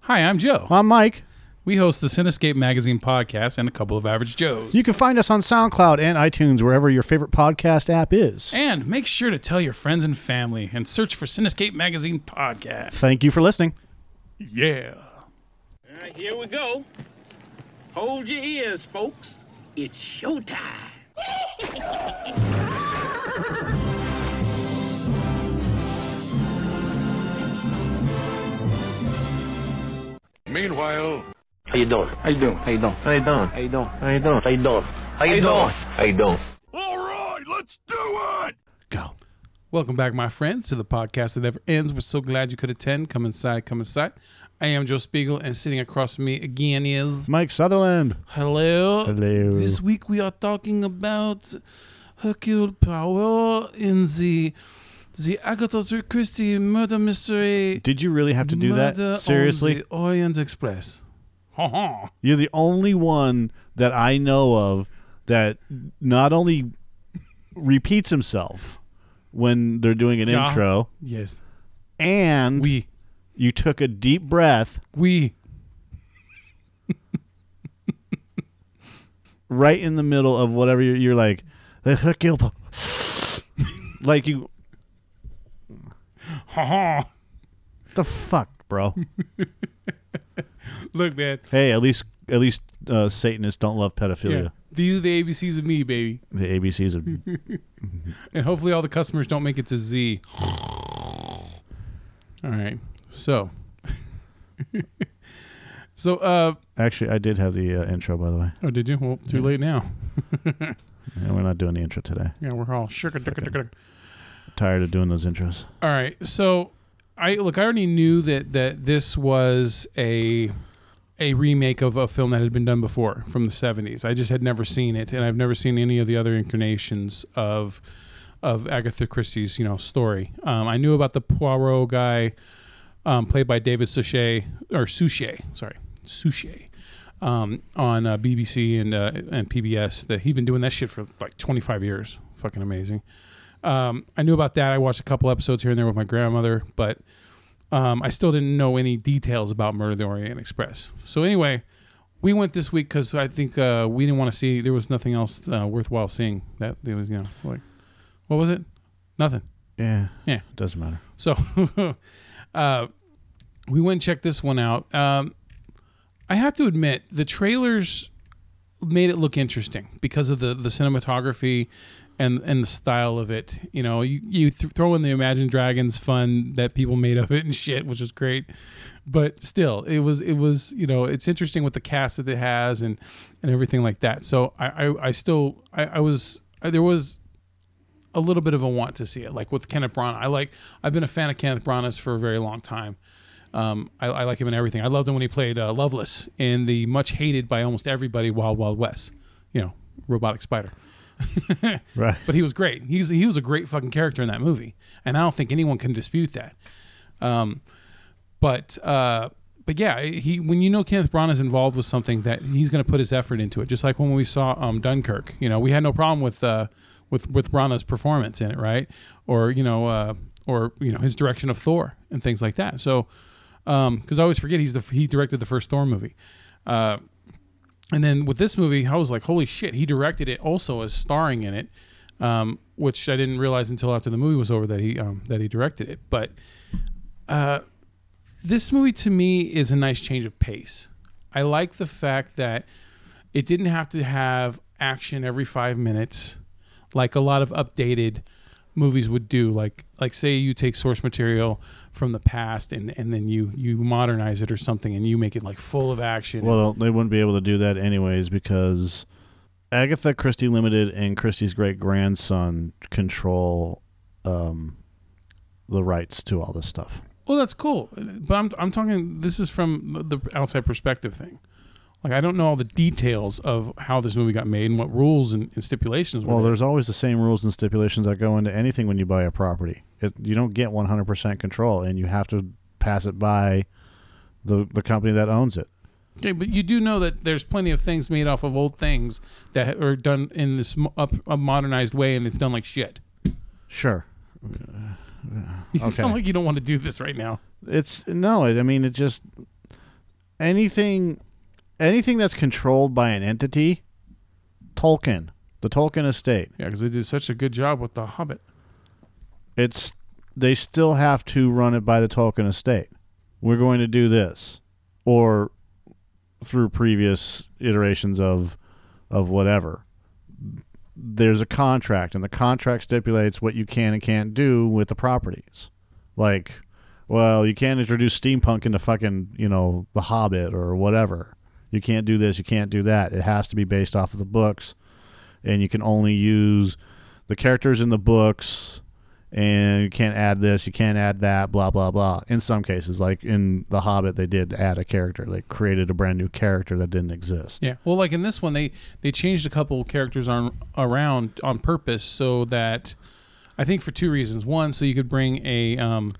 Hi, I'm Joe. I'm Mike. We host the Cinescape Magazine podcast and a couple of average Joes. You can find us on SoundCloud and iTunes, wherever your favorite podcast app is. and make sure to tell your friends and family and search for Cinescape Magazine podcast. Thank you for listening. yeah. All right, here we go. Hold your ears, folks. It's showtime. Meanwhile, How you doing? How you doing? How you doing? How you doing? How you doing? How you doing? How you doing? How you doing? How you doing? Go. Welcome back, my friends, to the podcast that never ends. We're so glad you could attend. Come inside, come inside. I am Joe Spiegel, and sitting across from me again is Mike Sutherland. Hello. Hello. This week we are talking about Hercule Poirot in the the Agatha Christie murder mystery. Did you really have to do Murder that? Seriously? on the Orient Express. Ha ha. You're the only one that I know of that not only repeats himself when they're doing an Yeah. intro, Yes. and We you took a deep breath we right in the middle of whatever you're, you're like, "The Hercule Po-" like you, ha ha. the fuck, bro. Look, man. Hey, at least at least uh, Satanists don't love pedophilia. Yeah. These are the ABCs of me, baby. The ABCs of And hopefully all the customers don't make it to Z. All right. So So uh actually, I did have the uh, intro by the way. oh did you? Well, too late now. Yeah, we're not doing the intro today. Yeah, we're all shook. Tired of doing those intros. All right. So I look I already knew that that this was a a remake of a film that had been done before from the 70s. I just had never seen it and I've never seen any of the other incarnations of of Agatha Christie's, you know, story. Um, I knew about the Poirot guy um, played by David Suchet or Suchet, sorry, Suchet. Um, on uh, BBC and uh, and PBS, that he'd been doing that shit for like 25 years. Fucking amazing. Um, I knew about that. I watched a couple episodes here and there with my grandmother, but um, I still didn't know any details about Murder on the Orient Express. So anyway, we went this week because I think uh, we didn't want to see. There was nothing else uh, worthwhile seeing. That there was, you know, like what was it? Nothing. Yeah. Yeah. Doesn't matter. So uh, we went and checked this one out. Um, I have to admit, the trailers made it look interesting because of the, the cinematography and and the style of it. You know, you, you th- throw in the Imagine Dragons fun that people made of it and shit, which is great. But still, it was it was you know it's interesting with the cast that it has and and everything like that. So I I, I still I, I was I, there was a little bit of a want to see it. Like with Kenneth Branagh, I like. I've been a fan of Kenneth Branagh's for a very long time. Um, I, I like him in everything. I loved him when he played uh, Loveless in the much hated by almost everybody Wild Wild West. You know, robotic spider. Right. But he was great. He's he was a great fucking character in that movie, and I don't think anyone can dispute that. Um, but uh, but yeah, he when you know Kenneth Branagh is involved with something that he's going to put his effort into it. Just like when we saw um, Dunkirk, you know, we had no problem with uh, with with Branagh's performance in it, right? Or you know, uh, or you know his direction of Thor and things like that. So because I always forget he's the he directed the first Thor movie. Uh, and then with this movie, I was like, holy shit, he directed it also as starring in it, um, which I didn't realize until after the movie was over that he um, that he directed it. But uh, this movie to me is a nice change of pace. I like the fact that it didn't have to have action every five minutes, like a lot of updated movies would do. Like like say you take source material from the past and, and then you you modernize it or something and you make it like full of action. Well, they wouldn't be able to do that anyways because Agatha Christie Limited and Christie's great grandson control um, the rights to all this stuff. Well, that's cool, but I'm I'm talking. This is from the outside perspective thing. Like I don't know all the details of how this movie got made and what rules and, and stipulations. Well, were there. there's always the same rules and stipulations that go into anything when you buy a property. It, you don't get 100% control, and you have to pass it by the the company that owns it. okay, but you do know that there's plenty of things made off of old things that are done in this mo- up a modernized way and it's done like shit. Sure, You Okay. sound like you don't want to do this right now. it's no. I I mean, it just anything anything that's controlled by an entity, Tolkien, the Tolkien estate. Yeah, because they did such a good job with The Hobbit. It's they still have to run it by the Tolkien estate. We're going to do this or through previous iterations of of whatever. There's a contract and the contract stipulates what you can and can't do with the properties. Like well, you can't introduce steampunk into fucking, you know, The Hobbit or whatever. You can't do this, you can't do that. It has to be based off of the books, and you can only use the characters in the books, and you can't add this, you can't add that, blah, blah, blah. In some cases, like in The Hobbit, they did add a character. They created a brand new character that didn't exist. Yeah. Well, like in this one, they they changed a couple characters on around on purpose so that I think for two reasons. One, so you could bring a um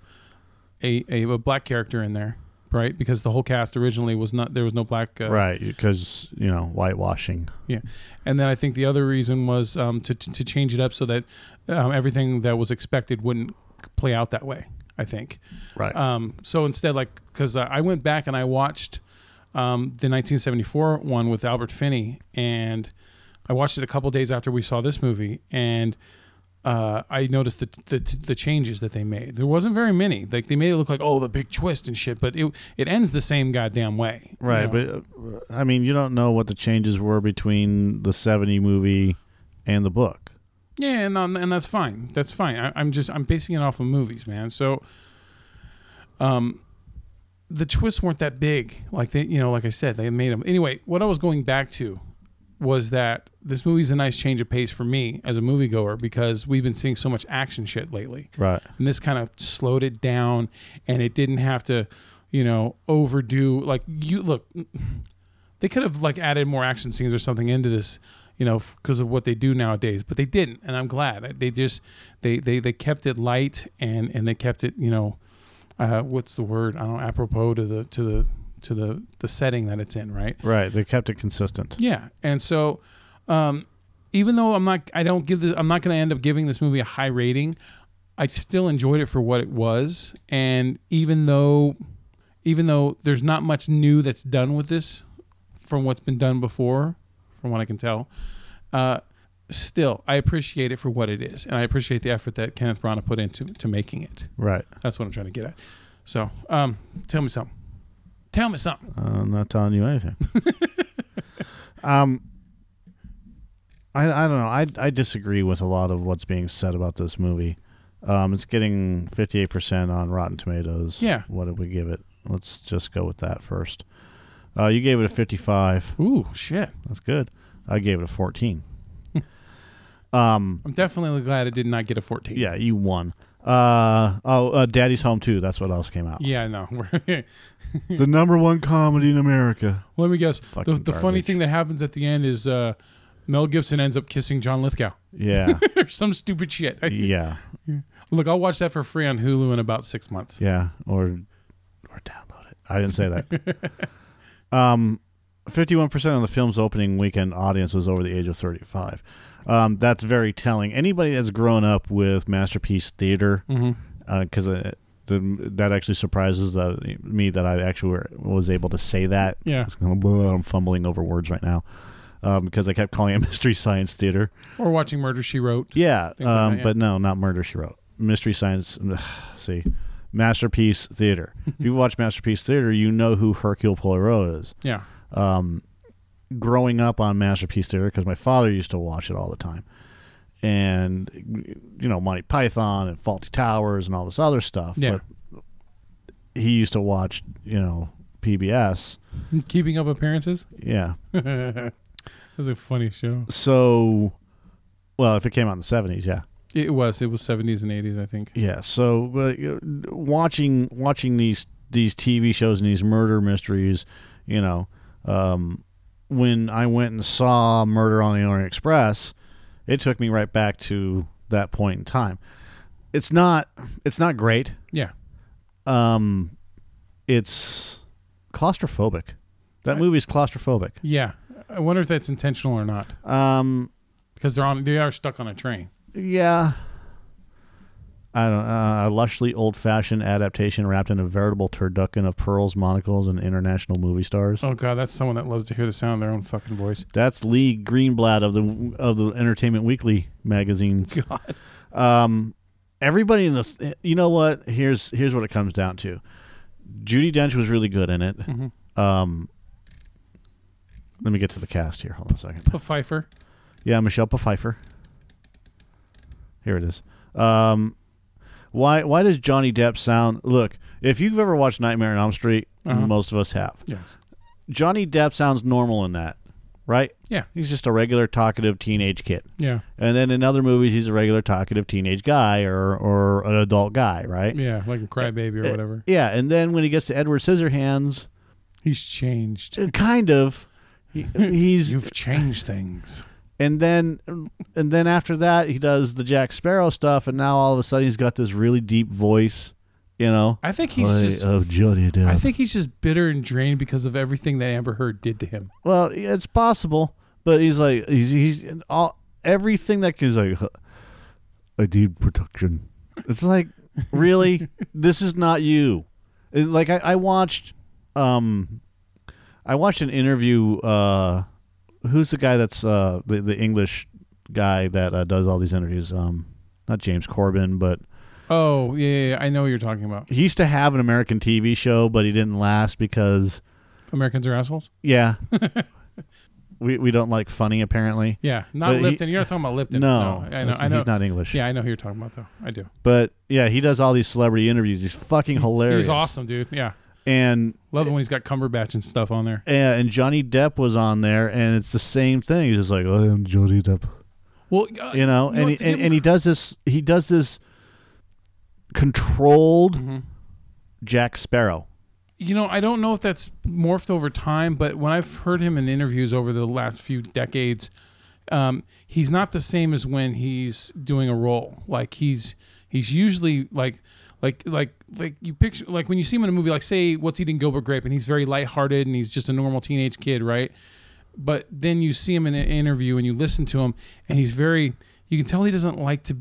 a a, a black character in there, right? Because the whole cast originally was not there was no black uh, Right, because, you know, whitewashing. Yeah, and then I think the other reason was um, to to change it up so that um, everything that was expected wouldn't play out that way. I think. Right. Um, so instead, like, because I went back and I watched um, the 1974 one with Albert Finney, and I watched it a couple days after we saw this movie, and uh, I noticed the, the the changes that they made. There wasn't very many. Like they made it look like oh the big twist and shit, but it it ends the same goddamn way. you Right, know? but uh, I mean, you don't know what the changes were between the 70 movie and the book. Yeah, and um, and that's fine. That's fine. I, I'm just I'm basing it off of movies, man. So, um, the twists weren't that big. Like they, you know, like I said, they made them anyway. What I was going back to was that this movie's a nice change of pace for me as a moviegoer because we've been seeing so much action shit lately. Right. And this kind of slowed it down, and it didn't have to, you know, overdo. Like you look, they could have like added more action scenes or something into this you know because of what they do nowadays but they didn't and i'm glad they just they they, they kept it light and and they kept it you know uh, what's the word i don't know, apropos to the to the to the the setting that it's in right Right. They kept it consistent. yeah and so um even though i'm not i don't give this i'm not going to end up giving this movie a high rating i still enjoyed it for what it was and even though even though there's not much new that's done with this from what's been done before, from what I can tell. Uh, still, I appreciate it for what it is, and I appreciate the effort that Kenneth Branagh put into to making it. Right. That's what I'm trying to get at. So, um, tell me something. Tell me something. I'm not telling you anything. um, I I don't know. I I disagree with a lot of what's being said about this movie. Um, it's getting 58% on Rotten Tomatoes. Yeah. What did we give it? Let's just go with that first. Uh, you gave it a 55. Ooh, shit! That's good. I gave it a 14. um, I'm definitely glad it did not get a 14. Yeah, you won. Uh oh, uh, Daddy's Home too. That's what else came out. Yeah, no. The number one comedy in America. Let me guess. The, Fucking the funny garbage. thing that happens at the end is uh, Mel Gibson ends up kissing John Lithgow Yeah, or some stupid shit. yeah, Look, I'll watch that for free on Hulu in about six months. yeah. Or or download it. I didn't say that. um, fifty-one percent of the film's opening weekend audience was over the age of thirty-five. Um, that's very telling. Anybody that's grown up with masterpiece theater, because the, that actually surprises uh, me that I actually were, was able to say that. Yeah. It's kinda blah, I'm fumbling over words right now um, because I kept calling it Mystery Science Theater. Or watching Murder She Wrote. Yeah, like um, that, yeah. but no, not Murder She Wrote. Mystery Science. See, Masterpiece Theater. if you watch Masterpiece Theater, you know who Hercule Poirot is. Yeah. Growing up on Masterpiece Theater, because my father used to watch it all the time, and you know Monty Python and Faulty Towers and all this other stuff. Yeah. But he used to watch, you know, PBS. Keeping Up Appearances. Yeah. That's a funny show. So, well, if it came out in the seventies, yeah. It was. It was 70s and 80s, I think. Yeah. So but, you know, watching watching these these TV shows and these murder mysteries, you know, um, when I went and saw Murder on the Orient Express, it took me right back to that point in time. It's not it's not great. Yeah. Um, it's claustrophobic. That movie's claustrophobic. Yeah. I wonder if that's intentional or not Um, because they're on. They are stuck on a train. yeah. I don't, uh, a lushly old-fashioned adaptation wrapped in a veritable turducken of pearls, monocles, and international movie stars. Oh god, that's someone that loves to hear the sound of their own fucking voice. That's Lee Greenblatt of the of the Entertainment Weekly magazine's God. um, everybody in the you know what here's here's what it comes down to judy dench was really good in it Mm-hmm. um, let me get to the cast here hold on a second But Pfeiffer. yeah michelle pfeiffer here it is um, why why does johnny depp sound look if you've ever watched nightmare on elm street Uh-huh. most of us have Yes. johnny depp sounds normal in that right Yeah. he's just a regular talkative teenage kid Yeah. and then in other movies, he's a regular talkative teenage guy or or an adult guy, right? Yeah. Like a Uh, crybaby or whatever. Yeah, and then when he gets to Edward Scissorhands, He's changed. uh, kind of, he, he's You've changed things. and then and then after that, he does the Jack Sparrow stuff, and now all of a sudden he's got this really deep voice, you know. oh, I think he's Play just of Johnny Depp. I think he's just bitter and drained because of everything that Amber Heard did to him. Well, yeah, it's possible, but he's like he's he's and all everything that he's like. "Huh, I need protection. It's like really, this is not you. And, like I, I watched, um, I watched an interview. Uh, who's the guy that's uh the the English guy that uh, does all these interviews? Um, not James Corbin, but Oh, yeah, yeah, yeah. I know what you're talking about. he used to have an American TV show, but he didn't last because Americans are assholes? yeah. We, we don't like funny apparently. Yeah. Not But he- Lipton. you're not talking about Lipton. No, I know. that's- I know. He's not English. Yeah, I know who you're talking about though. I do. but yeah, he does all these celebrity interviews. He's fucking hilarious. He's awesome, dude. Yeah. And Love it when he's got Cumberbatch and stuff on there. and Johnny Depp was on there, and it's the same thing. He's just like, I am Johnny Depp, Well, you know. and he, to give and, him and he does this. He does this controlled Mm-hmm. Jack Sparrow. You know, I don't know if that's morphed over time, but when I've heard him in interviews over the last few decades, um, he's not the same as when he's doing a role. Like he's he's usually like like like like you picture like when you see him in a movie, like say What's Eating Gilbert Grape, and he's very lighthearted and he's just a normal teenage kid, right? But then you see him in an interview and you listen to him, and he's very you can tell he doesn't like to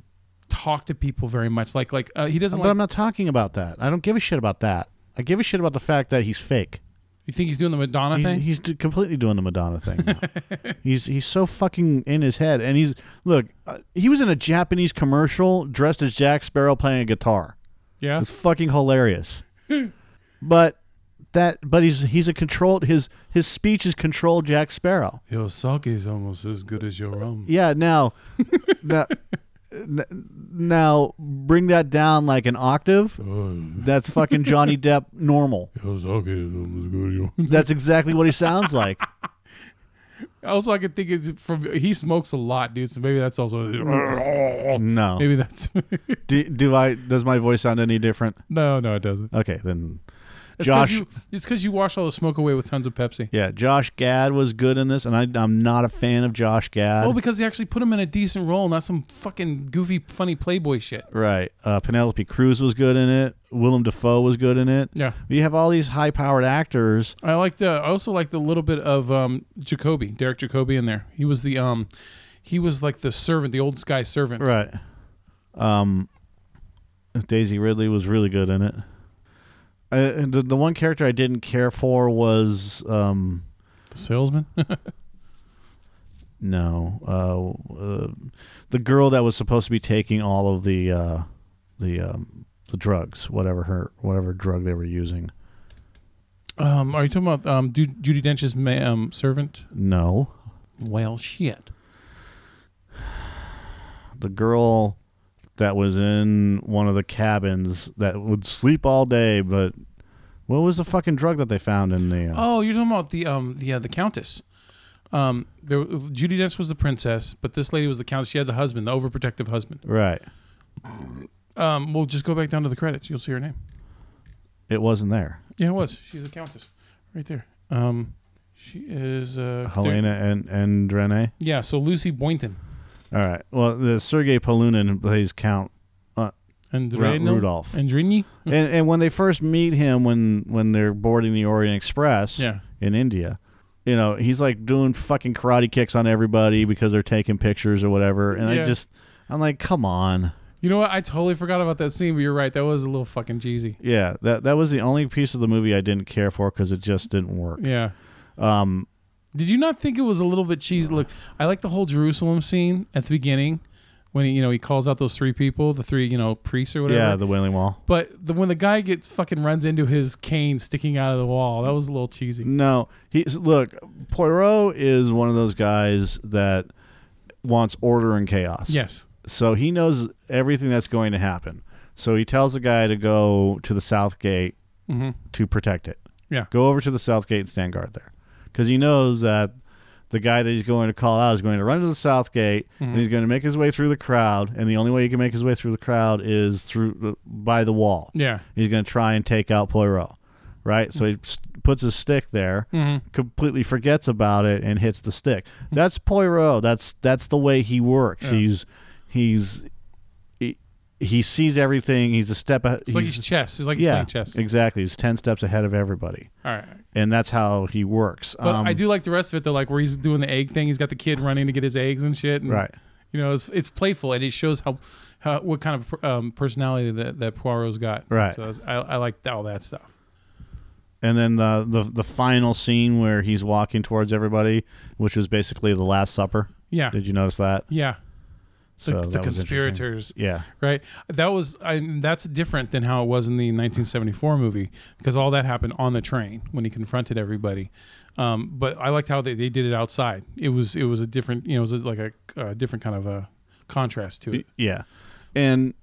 talk to people very much. Like like uh, he doesn't But like I'm not talking about that. I don't give a shit about that. I give a shit about the fact that he's fake. you think he's doing the Madonna He's, thing. he's d- completely doing the Madonna thing. now. he's he's so fucking in his head, and he's look. Uh, he was in a Japanese commercial dressed as Jack Sparrow playing a guitar. yeah. It's fucking hilarious. but that but he's he's a controlled his his speech is controlled Jack Sparrow. Your sake is almost as good as your rum. Yeah, now now, n- now bring that down like an octave. That's fucking Johnny Depp normal. Your sake is almost as good as your. That's exactly what he sounds like. Also, I could think it's from he smokes a lot, dude. So maybe that's also No. maybe that's Do, do I does my voice sound any different? no, no, it doesn't. Okay, then It's 'cause Josh you, it's because you wash all the smoke away with tons of Pepsi. Yeah, Josh Gad was good in this and I I'm not a fan of Josh Gad. Well, Oh, because they actually put him in a decent role, not some fucking goofy, funny Playboy shit. Right. Uh, Penelope Cruz was good in it. Willem Dafoe was good in it. Yeah. You have all these high-powered actors. I liked. Uh, I also liked a little bit of um, Jacoby, Derek Jacoby, in there. He was the um, he was like the servant, the old guy servant. Right. Um, Daisy Ridley was really good in it. Uh, and the, the one character I didn't care for was um, The salesman. no uh, uh, the girl that was supposed to be taking all of the uh, the um, the drugs, whatever her whatever drug they were using. um, are you talking about um, Ju- Judy Dench's ma- um, servant? No, Well, shit. the girl that was in one of the cabins that would sleep all day, but what was the fucking drug that they found in the? Uh, Oh, you're talking about the um the uh, the countess. Um, there, Judy Dench was the princess, but this lady was the countess. She had the husband, the overprotective husband. Right, Um, we'll just go back down to the credits. You'll see her name. it wasn't there. Yeah, it was. She's a countess, right there. Um, she is uh, Helena and and Rene. Yeah, so Lucy Boynton All right. Well, the Sergey Polunin plays Count, and Ru- Rudolph. Andrini. and and when they first meet him, when when they're boarding the Orient Express, Yeah. in India. You know, he's like doing fucking karate kicks on everybody because they're taking pictures or whatever. And Yeah. I just, I'm like, come on. You know what? I totally forgot about that scene, but you're right. That was a little fucking cheesy. Yeah, that that was the only piece of the movie I didn't care for because it just didn't work. Yeah. Um, did you not think it was a little bit cheesy? Look, I like the whole Jerusalem scene at the beginning when he, you know he calls out those three people, the three you know priests or whatever. Yeah, the Wailing Wall. but the, when the guy gets fucking runs into his cane sticking out of the wall, that was a little cheesy. No, he's look. Poirot is one of those guys that wants order and chaos. Yes. So he knows everything that's going to happen. So he tells the guy to go to the south gate to protect it. Yeah. Go over to the south gate and stand guard there, because he knows that the guy that he's going to call out is going to run to the south gate and he's going to make his way through the crowd. And the only way he can make his way through the crowd is through the- by the wall. Yeah. He's going to try and take out Poirot, right? So he s- puts his stick there, Mm-hmm. completely forgets about it, and hits the stick. That's Poirot. That's that's the way he works. He's he's he, he sees everything. He's a step. ahead. It's like he's chess. It's like he's yeah, playing chess. exactly. He's ten steps ahead of everybody, All right. and that's how he works. Um, But I do like the rest of it though, like where he's doing the egg thing. He's got the kid running to get his eggs and shit. And, Right. You know, it's, it's playful and it shows how, how what kind of um, personality that that Poirot's got. Right. So I, was- I, I like all that stuff. and then the, the the final scene where he's walking towards everybody, which was basically the Last Supper. Yeah. Did you notice that? yeah. So the, that was the interesting. conspirators. Yeah. Right. That was I, that's different than how it was in the 1974 movie because all that happened on the train when he confronted everybody. Um, but I liked how they, they did it outside. It was it was a different you know it was like a, a different kind of a contrast to it. Yeah. And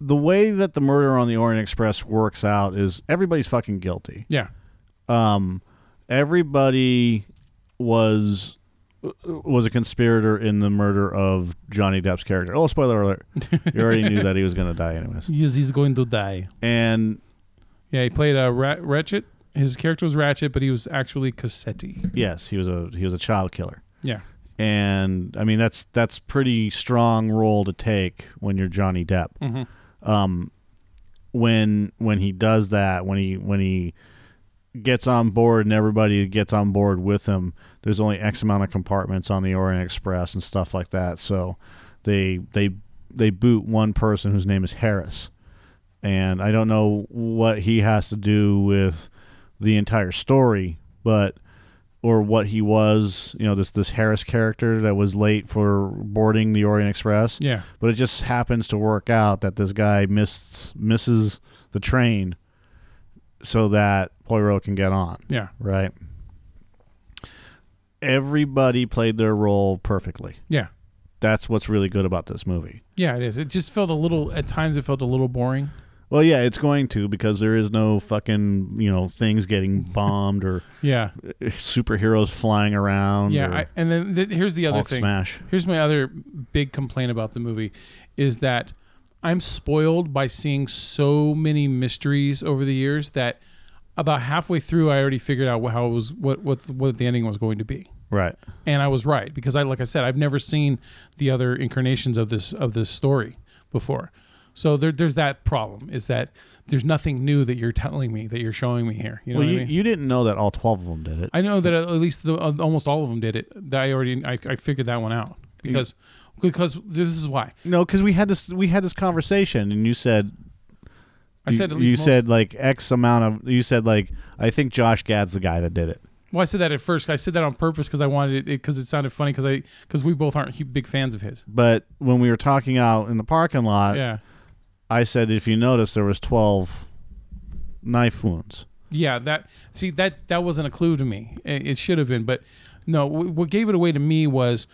the way that the murder on the Orient Express works out is everybody's fucking guilty. Yeah. Everybody was was a conspirator in the murder of Johnny Depp's character. Oh, spoiler alert. You already knew that he was going to die anyways. Yes, he's going to die. And Yeah, he played a ra- Ratchet. His character was Ratchet, but he was actually Cassetti. yes, he was a he was a child killer. Yeah. and I mean that's that's pretty strong role to take when you're Johnny Depp. Um, when when he does that, when he when he gets on board and everybody gets on board with him, there's only X amount of compartments on the Orient Express and stuff like that. So they they they boot one person whose name is Harris, and I don't know what he has to do with the entire story, but or what he was, you know, this this Harris character that was late for boarding the Orient Express. Yeah. But it just happens to work out that this guy missed misses the train so that Poirot can get on. Yeah. Right. Everybody played their role perfectly. Yeah. That's what's really good about this movie. Yeah, it is. It just felt a little at times it felt a little boring. Well, yeah, it's going to because there is no fucking, you know, things getting bombed or Yeah. superheroes flying around. Yeah, or I, and then th- here's the other Hulk thing. smash. Here's my other big complaint about the movie is that I'm spoiled by seeing so many mysteries over the years that about halfway through I already figured out wh- how it was what what what the ending was going to be. Right. and I was right because I, like I said, I've never seen the other incarnations of this of this story before. So there, there's that problem is that there's nothing new that you're telling me that you're showing me here. You know Well, what you, I mean? you didn't know that all 12 of them did it. I know that at least the, uh, almost all of them did it. That I already I, I figured that one out because because this is why no, because we had this we had this conversation, and you said I said you, at least you most- said like X amount of you said like I think Josh Gad's the guy that did it. Well, I said that at first. I said that on purpose because I wanted it because it sounded funny because I because we both aren't hu- big fans of his. But when we were talking out in the parking lot, Yeah, I said if you notice there was 12 knife wounds. Yeah, that see that that wasn't a clue to me. It, it should have been, but no. W- what gave it away to me was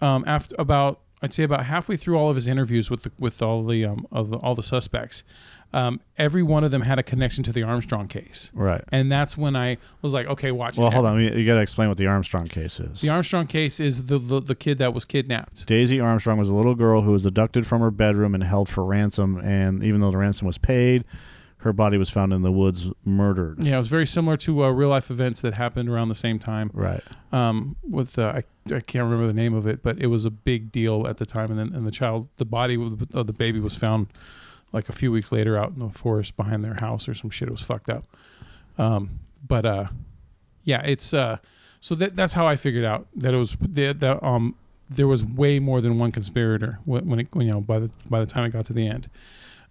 um, after about I'd say about halfway through all of his interviews with the, with all the um, of the, all the suspects, um, every one of them had a connection to the Armstrong case, Right. and that's when I was like, okay, watch. Well, it. hold on, you, got to explain what the Armstrong case is. The Armstrong case is the the, the kid that was kidnapped. Daisy Armstrong was a little girl who was abducted from her bedroom and held for ransom, and even though the ransom was paid, her body was found in the woods murdered. Yeah, it was very similar to uh, real life events that happened around the same time. Right. um, with uh, I, I can't remember the name of it, but it was a big deal at the time. And then and the child, the body of of the baby was found like a few weeks later out in the forest behind their house or some shit. It was fucked up. Um, but uh, yeah, it's uh, so that that's how I figured out that it was that, that um there was way more than one conspirator wh- when it when, you know by the by the time it got to the end.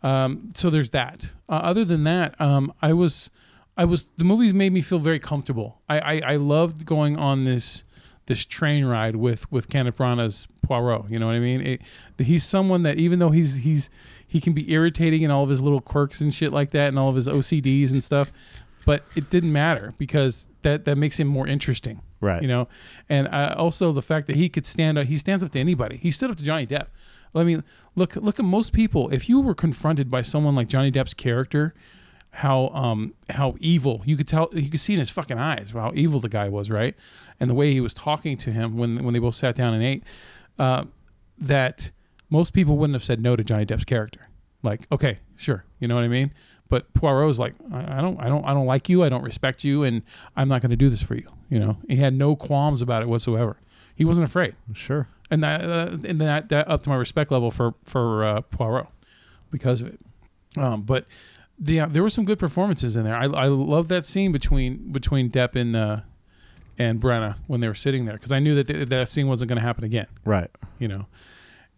Um, so there's that. Uh, other than that, um, I was I was the movie made me feel very comfortable. I, I I loved going on this this train ride with with Kenneth Branagh's Poirot. You know what I mean? It, he's someone that even though he's he's he can be irritating and all of his little quirks and shit like that and all of his OCDs and stuff, but it didn't matter because that that makes him more interesting. Right. You know, and uh, also the fact that he could stand up. He stands up to anybody. He stood up to Johnny Depp. I mean, look look at most people. If you were confronted by someone like Johnny Depp's character, how um how evil you could tell you could see in his fucking eyes how evil the guy was, right? And the way he was talking to him when when they both sat down and ate, uh, that most people wouldn't have said no to Johnny Depp's character. Like, okay, sure, you know what I mean. But Poirot's like, I I don't, I don't, I don't like you. I don't respect you, and I'm not going to do this for you. You know, he had no qualms about it whatsoever. He wasn't afraid Sure. and that uh, and that that up to my respect level for for uh, Poirot because of it. Um, but the uh, there were some good performances in there. I I love that scene between between Depp and uh, and Brenna when they were sitting there because I knew that th- that scene wasn't going to happen again. Right. You know,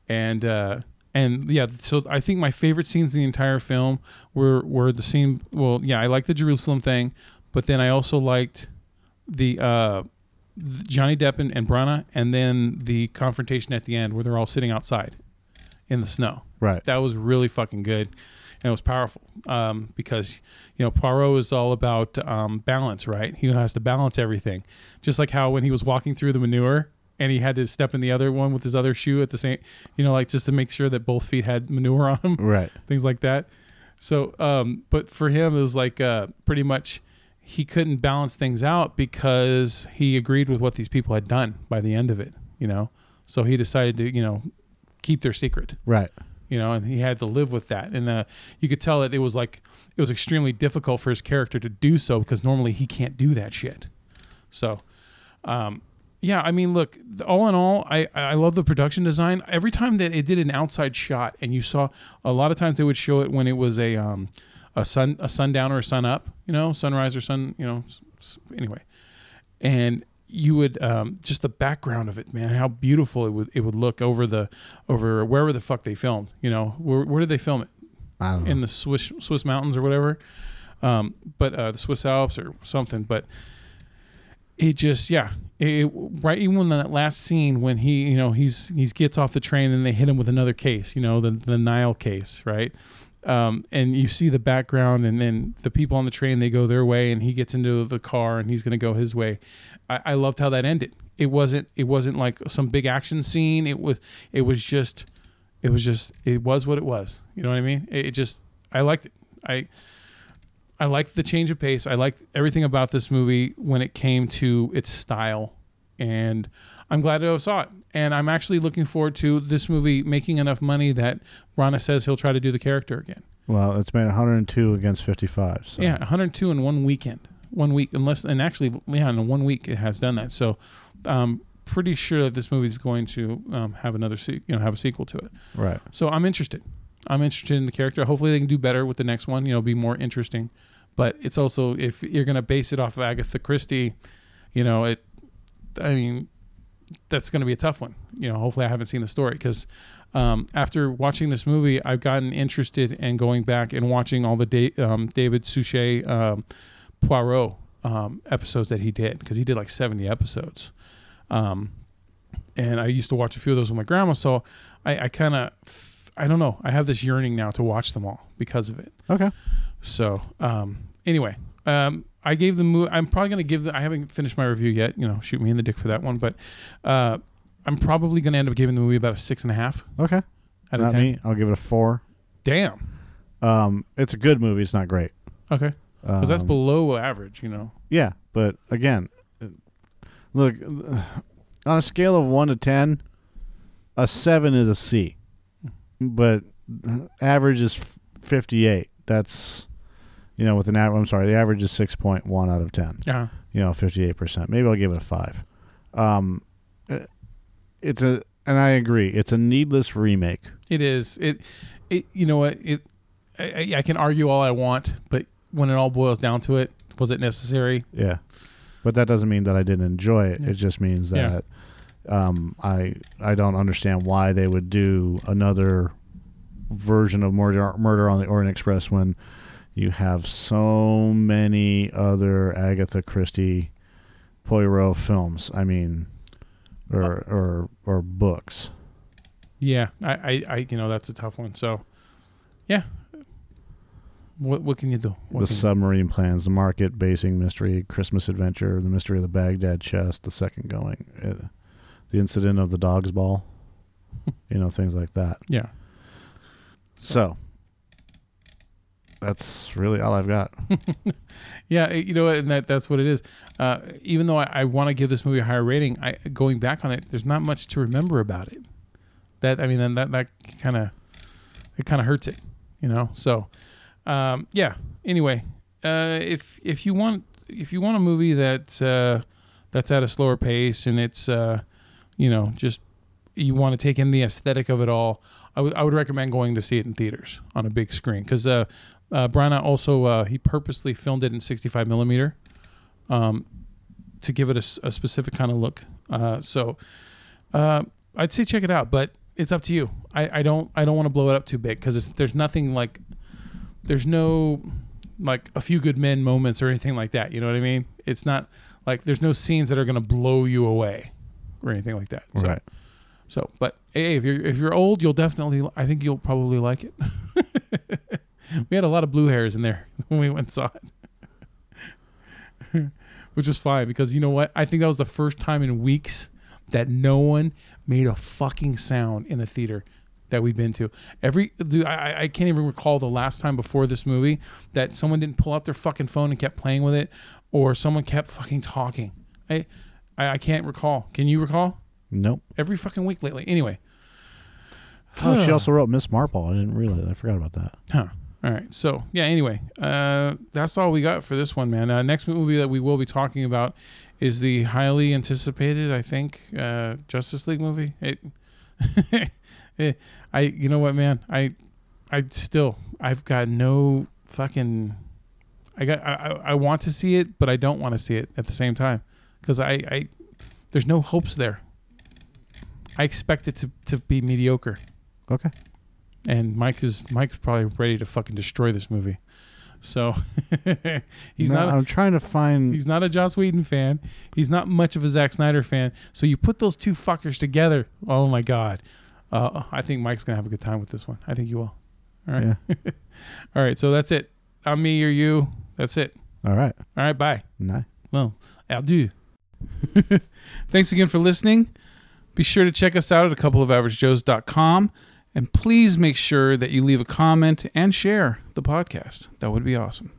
and uh, and yeah. So I think my favorite scenes in the entire film were were the scene. Well, yeah, I liked the Jerusalem thing, but then I also liked the. Uh, Johnny Depp and, and Brana, and then the confrontation at the end where they're all sitting outside in the snow. Right. That was really fucking good, and it was powerful um, because you know Poirot is all about um, balance, right? He has to balance everything, just like how when he was walking through the manure and he had to step in the other one with his other shoe at the same, you know, like just to make sure that both feet had manure on them Right. things like that. So, um, but for him, it was like uh, pretty much he couldn't balance things out because he agreed with what these people had done by the end of it, you know. So he decided to, you know, keep their secret, Right. you know, and he had to live with that. And uh, you could tell that it was like it was extremely difficult for his character to do so because normally he can't do that shit. So, um, yeah, I mean, look, th- all in all, I, I love the production design. Every time that it did an outside shot, and you saw a lot of times they would show it when it was a um, a sun a sundown or a sun up, you know, sunrise or sun, you know, s- s- anyway, and you would um, just the background of it, man, how beautiful it would it would look over the over wherever the fuck they filmed, you know, where where did they film it? I don't know. in the Swiss Swiss mountains or whatever, um, but uh, the Swiss Alps or something. But it just yeah, it, right. Even when that last scene when he you know he's he's gets off the train and they hit him with another case, you know the the Nile case, right? Um, and you see the background and then the people on the train they go their way and he gets into the car and he's going to go his way. I, I loved how that ended. It wasn't it wasn't like some big action scene. It was it was just it was just it was what it was you know what i mean it, it just i liked it i i liked the change of pace i liked everything about this movie when it came to its style and i'm glad that i saw it and i'm actually looking forward to this movie making enough money that rana says he'll try to do the character again well, it's made 102 against 55. So. yeah 102 in one weekend one week unless and actually yeah in one week it has done that so um pretty sure that this movie is going to um, have another se- you know have a sequel to it Right. so I'm interested. I'm interested in the character. Hopefully they can do better with the next one. You know, be more interesting. But it's also if you're gonna base it off of Agatha Christie, you know, it. I mean, that's gonna be a tough one. You know, hopefully I haven't seen the story because um, after watching this movie, I've gotten interested in going back and watching all the da- um, David Suchet um, Poirot um, episodes that he did because he did like 70 episodes. Um, and I used to watch a few of those with my grandma. So I, I kind of, I don't know. I have this yearning now to watch them all because of it. Okay. So um, anyway, um, I gave the movie. I'm probably gonna give the. I haven't finished my review yet. You know, shoot me in the dick for that one, but uh, I'm probably gonna end up giving the movie about a six and a half Okay. out of Not ten. me. I'll give it a four. Damn. Um, it's a good movie. It's not great. Okay. Because that's Um, below average. You know. Yeah, but again, it- look, on a scale of one to ten, a seven is a C, but average is f- fifty-eight. That's you know, with an average. I'm sorry, the average is six point one out of ten. Yeah. You know, fifty-eight percent. Maybe I'll give it a five. Um, uh, it's a, and I agree, it's a needless remake. It is. It. It. You know what? It. I, I- I can argue all I want, but when it all boils down to it, was it necessary? Yeah, but that doesn't mean that I didn't enjoy it. Yeah. It just means Yeah. that Um, I I don't understand why they would do another version of Murder Murder on the Orient Express when you have so many other Agatha Christie Poirot films. I mean, or or or books. Yeah, I, I, I you know, that's a tough one. So, yeah. What, what can you do? What the can you- submarine plans, the market basing mystery, Christmas adventure, the mystery of the Baghdad chest, the second going, uh, the incident of the dog's ball, you know, things like that. yeah. So that's really all I've got. Yeah, it- you know, and that, that's what it is. Uh, even though I, I want to give this movie a higher rating, I going back on it, there's not much to remember about it. That I mean, and that that kind of it kind of hurts it, you know. So, um, yeah. Anyway, uh, if if you want if you want a movie that uh, that's at a slower pace and it's uh, you know just you want to take in the aesthetic of it all, I would- I would recommend going to see it in theaters on a big screen because uh, uh, Brana also uh, he purposely filmed it in 65 millimeter um, to give it a s- a, specific kind of look. Uh, so uh, I'd say check it out, but it's up to you. I, I don't I don't want to blow it up too big because there's nothing like there's no like a few good men moments or anything like that. You know what I mean? It's not like there's no scenes that are gonna blow you away or anything like that. So- right. so, but hey, if you're if you're old, you'll definitely. I think you'll probably like it. we had a lot of blue hairs in there when we went and saw it, which was fine because you know what? I think that was the first time in weeks that no one made a fucking sound in a theater that we've been to. Every dude, I, I- I can't even recall the last time before this movie that someone didn't pull out their fucking phone and kept playing with it, or someone kept fucking talking. I I, I can't recall. Can you recall? Nope. every fucking week lately. Anyway, Oh, she also wrote Miss Marple. I didn't realize. I forgot about that. huh. All right. So yeah. Anyway, uh, that's all we got for this one, man. Uh, next movie that we will be talking about is the highly anticipated, I think, uh, Justice League movie. It, it, I, you know what, man, I, I still, I've got no fucking, I got, I, I- I want to see it, but I don't want to see it at the same time because I, I, there's no hopes there. I expect it to, to be mediocre. Okay. and Mike is Mike's probably ready to fucking destroy this movie. So he's No, not I'm trying to find. he's not a Joss Whedon fan. He's not much of a Zack Snyder fan. So you put those two fuckers together. Oh my god. Uh, I think Mike's gonna have a good time with this one. I think you will. All right. All right. So that's it. I'm me or you. That's it. All right. All right. Bye. No. Well, adieu. Thanks again for listening. Be sure to check us out at a couple of averagejoes.com and please make sure that you leave a comment and share the podcast. That would be awesome.